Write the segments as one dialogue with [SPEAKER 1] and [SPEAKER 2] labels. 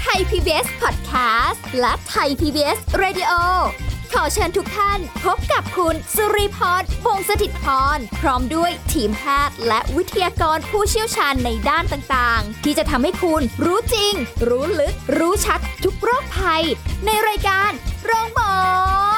[SPEAKER 1] ไทย PBS Podcast และไทย PBS Radio ขอเชิญทุกท่านพบกับคุณสุริพรวงศสถิตพร พร้อมด้วยทีมแพทย์และวิทยากรผู้เชี่ยวชาญในด้านต่างๆ ที่จะทำให้คุณรู้จริง รู้ลึก รู้ชัดทุกโรคภัย ในรายการโรงพยาบาล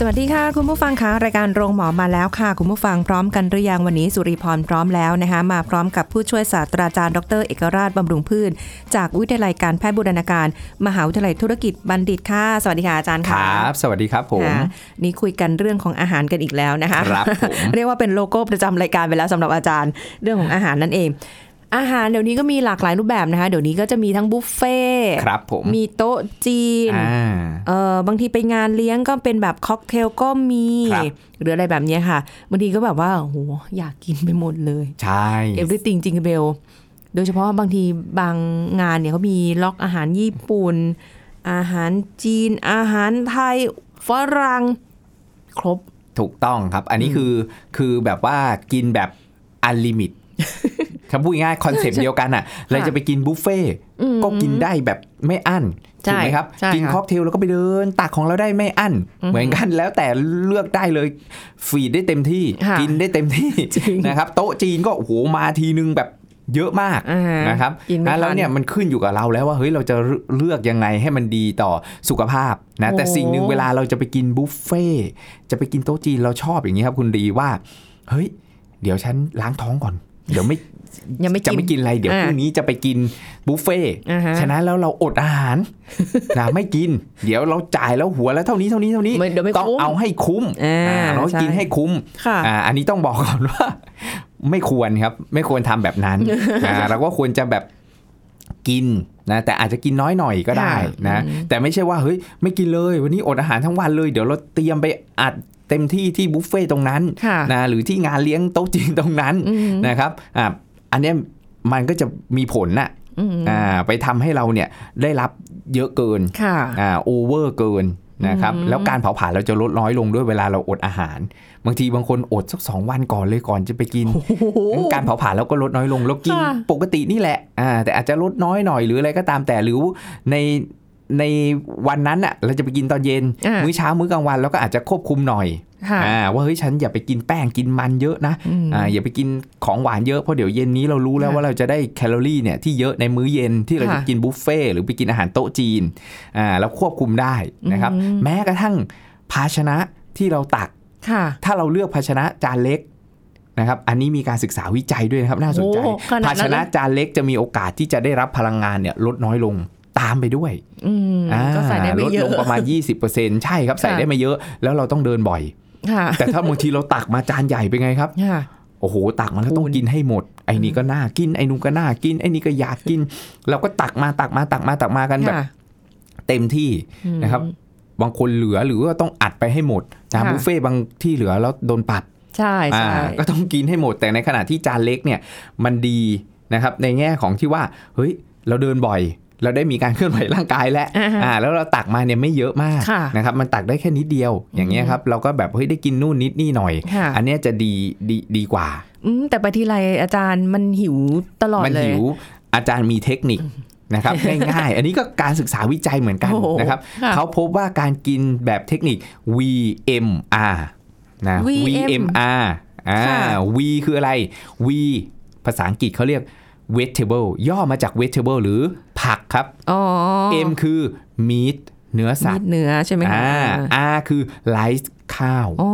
[SPEAKER 2] สวัสดีค่ะ คุณผู้ฟังคะรายการโรงหมอมาแล้วค่ะ คุณผู้ฟังพร้อมกันหรือยังวันนี้สุริพรพร้อมแล้วนะคะ มาพร้อมกับผู้ช่วยศาสตราจารย์ดรเอกราชบำรุงพืช จากวิทยาลัยการแพทย์บูรณาการ มหาวิทยาลัยธุรกิจบัณฑิตค่ะ สวัสดีค่ะอาจารย์
[SPEAKER 3] ค
[SPEAKER 2] ค่ะ
[SPEAKER 3] รับ สวัสดีครับผม
[SPEAKER 2] ค่ะนี่คุยกันเรื่องของอาหารกันอีกแล้วนะคะ
[SPEAKER 3] ครับผม
[SPEAKER 2] เรียกว่าเป็นโลโก้ประจำรายการไปแล้วสำหรับอาจารย์เรื่องของอาหารนั่นเอง อาหารเดี๋ยวนี้ก็มีหลากหลายรูปแบบนะคะเดี๋ยวนี้ก็จะมีทั้งบุฟเฟ่ต์
[SPEAKER 3] ครับผม
[SPEAKER 2] มีโต๊ะจีน
[SPEAKER 3] อ่า
[SPEAKER 2] เออบางทีไปงานเลี้ยงก็เป็นแบบค็อกเทลก็มี
[SPEAKER 3] ครับ
[SPEAKER 2] หรืออะไรแบบเนี้ยค่ะบางทีก็แบบว่าโอ้โหอยากกินไปหมดเลย
[SPEAKER 3] ใช่
[SPEAKER 2] เอฟ y ิ h ิงจริงเบล โดยเฉพาะบางทีบางงานเนี่ยเขามีล็อกอาหารญี่ปุ่น อาหารจีน อาหารไทยฝรั่งครบ
[SPEAKER 3] ถูกต้องครับ อันนี้คือคือแบบว่ากินแบบอันลิ มิตถ้าพูดง่ายคอนเซปต์เดียวกันอ่ะ เราจะไปกินบุฟเฟ่ต์ก็กินได้แบบไม่อั้น
[SPEAKER 2] ใช่
[SPEAKER 3] ถูกไหมครับ
[SPEAKER 2] ใช่
[SPEAKER 3] กิน
[SPEAKER 2] ค่ะ
[SPEAKER 3] ค็อกเทลแล้วก็ไปเดินตักของเราได้ไม่อั้น เหมือนกันแล้วแต่เลือกได้เลยฟีดได้เต็มที่
[SPEAKER 2] ค่ะ
[SPEAKER 3] กินได้เต็มที่
[SPEAKER 2] จริง
[SPEAKER 3] นะครับโต๊ะจีนก็โอ้โหมาทีนึงแบบเยอะมาก
[SPEAKER 2] อ่าน
[SPEAKER 3] นะครับ
[SPEAKER 2] กินไม่
[SPEAKER 3] อ่ะแล้ว
[SPEAKER 2] ทัน
[SPEAKER 3] เนี่ย มันขึ้นอยู่กับเราแล้วว่าเฮ้ยเราจะเลือกยังไงให้มันดีต่อสุขภาพนะแต่
[SPEAKER 2] โอ้
[SPEAKER 3] สิ่งหนึ่งเวลาเราจะไปกินบุฟเฟ่ต์จะไปกินโต๊ะจีนเราชอบอย่างนี้ครับคุณดีว่า เฮ้ย เดี๋ยวฉันล้างท้องก่อน เดี๋ยวไม่
[SPEAKER 2] ยังไม่กิน
[SPEAKER 3] จะไม่กินอะไรเดี๋ยว
[SPEAKER 2] อ่า
[SPEAKER 3] พรุ่งนี้จะไปกินบุฟเฟ่ต์
[SPEAKER 2] อ่าฮะ
[SPEAKER 3] ฉะนั้นแล้วเราอดอาหาร นะไม่กิน เดี๋ยวเราจ่ายแล้วหัวแล้วเท่านี้เท่านี้เท่านี้
[SPEAKER 2] ไม่เดี๋ยวไม่
[SPEAKER 3] ต้อง
[SPEAKER 2] คุ้ม
[SPEAKER 3] เอาให้คุ้ม
[SPEAKER 2] อ่า
[SPEAKER 3] อ่าเรา
[SPEAKER 2] ใช่
[SPEAKER 3] กินให้คุ้ม
[SPEAKER 2] ค่ะ
[SPEAKER 3] อ่าอันนี้ต้องบอกก่อนว่า ไม่ควรครับ ไม่ควรทำแบบ นั้น อ่าเราก็ควรจะแบบกินนะแต่อาจจะกินน้อยหน่อยก็ได้
[SPEAKER 2] ค่ะ
[SPEAKER 3] นะ
[SPEAKER 2] อืม
[SPEAKER 3] แต่ไม่ใช่ว่าเฮ้ยไม่กินเลย วันนี้อดอาหารทั้งวันเลย เดี๋ยวเราเตรียมไปอัดเต็มที่ที่บุฟเฟ่ตรงนั้น
[SPEAKER 2] ค่ะ
[SPEAKER 3] นะหรือที่งานเลี้ยงโต๊ะจีนตรงนั้น
[SPEAKER 2] อืม
[SPEAKER 3] นะครับอ่าอันเนี้ยมันก็จะมีผลน่ะ
[SPEAKER 2] อืม
[SPEAKER 3] อ่าไปทำให้เราเนี่ยได้รับเยอะเกิน
[SPEAKER 2] ค่ะ
[SPEAKER 3] อ่าโอเวอร์เกินนะครับ
[SPEAKER 2] อืม
[SPEAKER 3] แล้วการเผาผลาญเราจะลดน้อยลงด้วยเวลาเราอดอาหาร บางทีบางคนอดสักสองวันก่อนเลยก่อนจะไปกิน
[SPEAKER 2] โอ้โห
[SPEAKER 3] การเผาผลาญแล้วก็ลดน้อยลงแล้วกิน
[SPEAKER 2] ค่ะ
[SPEAKER 3] ปกตินี่แหละอ่าแต่อาจจะลดน้อยหน่อยหรืออะไรก็ตามแต่หรือในในวันนั้นอ่ะเราจะไปกินตอนเย็น
[SPEAKER 2] อ่ะ
[SPEAKER 3] มื้อเช้ามื้อกลางวันเราก็อาจจะควบคุมหน่อย
[SPEAKER 2] ค่ะ
[SPEAKER 3] อ่าว่าเฮ้ยฉันอย่าไปกินแป้งกินมันเยอะนะ
[SPEAKER 2] อืม
[SPEAKER 3] อ่าอย่าไปกินของหวานเยอะเพราะเดี๋ยวเย็นนี้เรารู้แล้ว
[SPEAKER 2] ค่ะ
[SPEAKER 3] ว่าเราจะได้แคลอรี่เนี่ยที่เยอะในมื้อเย็นที่เราจะ
[SPEAKER 2] ค่ะ
[SPEAKER 3] กินบุฟเฟ่ต์หรือไปกินอาหารโต๊ะจีนอ่าเราควบคุมได้นะครับ
[SPEAKER 2] อืม
[SPEAKER 3] แม้กระทั่งภาชนะที่เราตัก
[SPEAKER 2] ค่ะ
[SPEAKER 3] ถ้าเราเลือกภาชนะจานเล็กนะครับ อันนี้มีการศึกษาวิจัยด้วยนะครับ น่าสนใจ
[SPEAKER 2] โอ้ขนาดนั้นเลย
[SPEAKER 3] ภาชนะจานเล็กจะมีโอกาสที่จะได้รับพลังงานเนี่ยลดน้อยลงตามไปด้วย
[SPEAKER 2] อืม
[SPEAKER 3] อ่า
[SPEAKER 2] ก็ใส่ได้ไม่เยอะ
[SPEAKER 3] ลดลงประมาณ 20%ใช่ครับใส่
[SPEAKER 2] ค่ะ
[SPEAKER 3] ได้ไม่เยอะ แล้วเราต้องเดินบ่อย
[SPEAKER 2] ค่ะ
[SPEAKER 3] แต่ถ้าบางทีเราตักมาจานใหญ่เป็นไงครับ
[SPEAKER 2] ค่ะ
[SPEAKER 3] โอ้โห ตักมาแล้วต้องกินให้หมด ไอ้นี่ก็น่ากินไอ้นู่นก็น่ากินไอ้นี่ก็อยากกิน เราก็ตักมาตักมาตักมาตักมากันแบบ
[SPEAKER 2] ค่ะ
[SPEAKER 3] เต็มที่นะครับ บางคนเหลือหรือว่าต้องอัดไปให้หมดนะ
[SPEAKER 2] ค่ะ
[SPEAKER 3] บุฟเฟ่ต์บางที่เหลือแล้วโดนปรับ
[SPEAKER 2] ใช่
[SPEAKER 3] อ่า
[SPEAKER 2] ใช่
[SPEAKER 3] ก็ต้องกินให้หมดแต่ในขณะที่จานเล็กเนี่ยมันดีนะครับในแง่ของที่ว่าเฮ้ยเราเดินบ่อย เราได้มีการเคลื่อนไหวร่างกายแล้ว
[SPEAKER 2] อ่าฮะ
[SPEAKER 3] อ่าแล้วเราตักมาเนี่ยไม่เยอะมาก
[SPEAKER 2] ค่ะ
[SPEAKER 3] นะครับมันตักได้แค่นิดเดียวอย่างเงี้ยครับเราก็แบบเฮ้ยได้กินนู่นนิดนี่หน่อย
[SPEAKER 2] ค่ะ
[SPEAKER 3] อันเนี้ยจะดีดีดีกว่า
[SPEAKER 2] อืมแต่ไปทีไรอาจารย์มันหิวตลอด
[SPEAKER 3] มั
[SPEAKER 2] เลย
[SPEAKER 3] หิวอาจารย์มีเทคนิค นะครับ ง่ายๆ อันนี้ก็การศึกษาวิจัยเหมือนกัน
[SPEAKER 2] โอ้โห
[SPEAKER 3] นะครับ
[SPEAKER 2] ค่ะ
[SPEAKER 3] เขาพบว่าการกินแบบเทคนิค VMR นะ
[SPEAKER 2] VMR
[SPEAKER 3] VMR อ่า
[SPEAKER 2] ค่ะ
[SPEAKER 3] V คืออะไร V ภาษาอังกฤษเขาเรียก vegetable ย่อมาจาก vegetable หรือผักครับ
[SPEAKER 2] อ๋อ
[SPEAKER 3] M คือ meat เนื้อสั
[SPEAKER 2] มี
[SPEAKER 3] ตว์
[SPEAKER 2] เนื้อใช่ไหมคะ
[SPEAKER 3] อ่า R คือ rice ข้าว
[SPEAKER 2] อ๋อ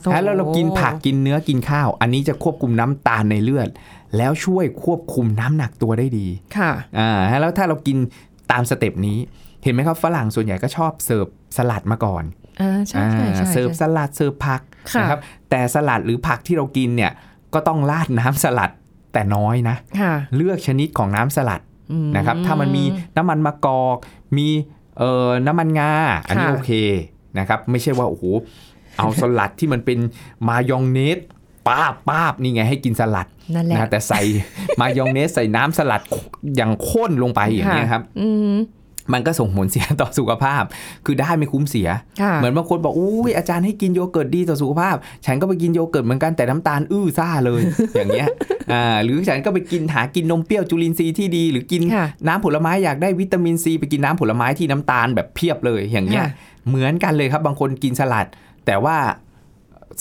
[SPEAKER 2] โถ่
[SPEAKER 3] ถ้าเราเรากินผักกินเนื้อกินข้าว อันนี้จะควบคุมน้ำตาลในเลือด แล้วช่วยควบคุมน้ำหนักตัวได้ดี
[SPEAKER 2] ค่ะ
[SPEAKER 3] อ่าแล้วถ้าเรากินตามสเต็ปนี้ เห็นไหมครับฝรั่งส่วนใหญ่ก็ชอบเสิร์ฟสลัดมาก่อน
[SPEAKER 2] อ่า ใช่ใช่
[SPEAKER 3] อ่า
[SPEAKER 2] ใช่
[SPEAKER 3] เสิร์ฟส
[SPEAKER 2] ใช่
[SPEAKER 3] ลัดเสิร์ฟผัก
[SPEAKER 2] ค่ะ
[SPEAKER 3] นะครับแต่สลัดหรือผักที่เรากินเนี่ยก็ต้องราดน้ำสลัดแต่น้อยนะ
[SPEAKER 2] ค่ะ
[SPEAKER 3] เลือกชนิดของน้ำสลัด
[SPEAKER 2] อื
[SPEAKER 3] นะครับถ้ามันมีน้ำมันมะกอกมีเอ่อน้ำมันงาอันนี้
[SPEAKER 2] ค่ะ
[SPEAKER 3] โอเคนะครับไม่ใช่ว่าโอ้โหเอาสลัดที่มันเป็นมายองเนสป้าบป้าบนี่ไงให้กินสลัด
[SPEAKER 2] นั่นแหละ
[SPEAKER 3] นะ แต่ใส่ มายองเนสใส่น้ำสลัดอย่างข้นลงไปอย่างนี้ยครับ
[SPEAKER 2] อืม
[SPEAKER 3] มันก็ส่งผลเสียต่อสุขภาพ คือได้ไม่คุ้มเสีย
[SPEAKER 2] ค่ะ
[SPEAKER 3] เหมือนบางคนบอกอุ้ยอาจารย์ให้กินโยเกิร์ตดีต่อสุขภาพ ฉันก็ไปกินโยเกิร์ตเหมือนกันแต่น้ำตาลอื้อซ่าเลย อย่างเงี้ยอ่าหรือฉันก็ไปกินหากินนมเปรี้ยวจุลินทรีย์ที่ดี หรือกิน
[SPEAKER 2] ค่ะ
[SPEAKER 3] น้ำผลไม้อยากได้วิตามินซีไปกินน้ำผลไม้ที่น้ำตาลแบบเพียบเลยอย่างเงี้ย
[SPEAKER 2] ค่ะ
[SPEAKER 3] เหมือนกันเลยครับ บางคนกินสลัด แต่ว่า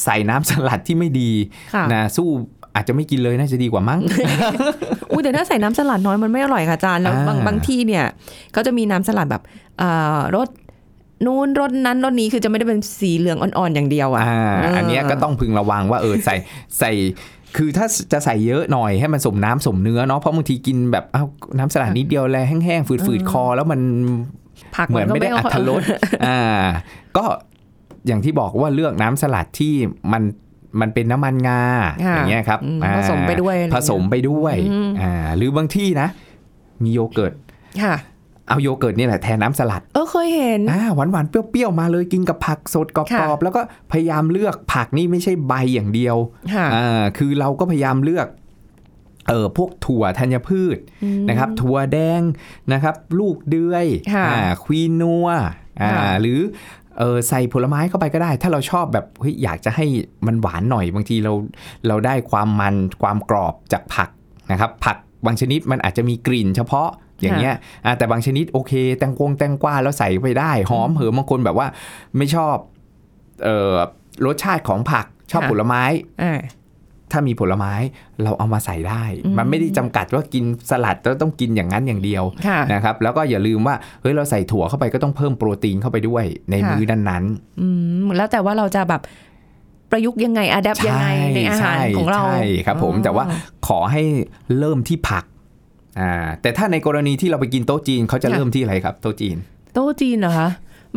[SPEAKER 3] ใส่น้ำสลัดที่ไม่ดี
[SPEAKER 2] ค่ะ
[SPEAKER 3] นะสู้อาจจะไม่กินเลยน่าจะดีกว่ามั้ง
[SPEAKER 2] อุ้ยแต่ถ้าใส่น้ำสลัดน้อยมันไม่อร่อยค่ะอาจารย์แล้วบาง
[SPEAKER 3] อ่า
[SPEAKER 2] บางที่เนี่ยก็จะมีน้ำสลัดแบบเอ่อรสนู้นรสนั้นรสนี้คือจะไม่ได้เป็นสีเหลืองอ่อนๆอย่างเดียวอ่ะ
[SPEAKER 3] อ่าอันเนี้ยก็ต้องพึงระวังว่าเออใส่ ใส่คือถ้าจะใส่เยอะหน่อยให้มันสมน้ำสมเนื้อเนาะเพราะบางทีกินแบบอ้าวน้ำสลัดนิดเดียวแลแห้งๆฝืดๆคอ แล้วมัน
[SPEAKER 2] ผัก
[SPEAKER 3] เหมือน
[SPEAKER 2] ก็
[SPEAKER 3] ไม่ได้อั
[SPEAKER 2] ค่ย
[SPEAKER 3] ต รสอ่าก็อย่างที่บอกว่าเลือกน้ำสลัดที่มันมันเป็นน้ำมันงา
[SPEAKER 2] ค่ะ
[SPEAKER 3] อย่างเงี้ยครับ
[SPEAKER 2] อืม
[SPEAKER 3] อ่า
[SPEAKER 2] ผสมไปด้วยอะไรอย่างเงี้
[SPEAKER 3] ผ
[SPEAKER 2] ย
[SPEAKER 3] สมไปด้วย
[SPEAKER 2] อืม
[SPEAKER 3] อ่าหรือบางที่นะ มีโยเกิร์ต
[SPEAKER 2] ค่ะ
[SPEAKER 3] เอาโยเกิร์ตนี่แหละแทนน้ำสลัด
[SPEAKER 2] เออเคยเห็น
[SPEAKER 3] อ่าหวานหวานๆเปรี้ยวๆมาเลยกินกับผักสดกร
[SPEAKER 2] ค่ะ
[SPEAKER 3] อบๆแล้วก็พยายามเลือกผักนี่ไม่ใช่ใบอย่างเดียว
[SPEAKER 2] ค่ะ
[SPEAKER 3] อ่าคือเราก็พยายามเลือกเออพวกถั่วธัญพืชนะครับ ถั่วแดงนะครับ ลูกเดือย
[SPEAKER 2] ค่ะ
[SPEAKER 3] อ่าควีนัวอ่า
[SPEAKER 2] ค่ะ
[SPEAKER 3] หรือเออใส่ผลไม้เข้าไปก็ได้ ถ้าเราชอบแบบเฮ้ยอยากจะให้มันหวานหน่อยบางทีเราเราได้ความมันความกรอบจากผักนะครับ ผักบางชนิดมันอาจจะมีกลิ่นเฉพาะอย่างเงี้ย อ่ะแต่บางชนิดโอเคแตงกวงแตงกวาแล้วใส่ไปได้ หอมเหอะบางคนแบบว่าไม่ชอบเอ่อรสชาติของผักชอบ
[SPEAKER 2] ค่ะ
[SPEAKER 3] ผลไม้
[SPEAKER 2] อ่า
[SPEAKER 3] ถ้ามีผลไม้เราเอามาใส่ได้ มันไม่ได้จำกัดว่ากินสลัดแล้วต้องกินอย่างนั้นอย่างเดียว
[SPEAKER 2] ค่ะ
[SPEAKER 3] นะครับแล้วก็อย่าลืมว่าเฮ้ยเราใส่ถั่วเข้าไปก็ต้องเพิ่มโปรตีนเข้าไปด้วยใน
[SPEAKER 2] ค่ะ
[SPEAKER 3] มื้อนั้นๆ
[SPEAKER 2] อืมแล้วแต่ว่าเราจะแบบประยุกต์ยังไงอัดแอปยังไงในอาหารของเรา
[SPEAKER 3] ใช่ครับผม
[SPEAKER 2] อ๋อ
[SPEAKER 3] แต่ว่าขอให้เริ่มที่ผักอ่าแต่ถ้าในกรณีที่เราไปกินโต๊ะจีนเขาจะ
[SPEAKER 2] ค่ะ
[SPEAKER 3] เริ่มที่อะไรครับ โต๊ะจีน
[SPEAKER 2] โต๊ะจีนเหรอคะ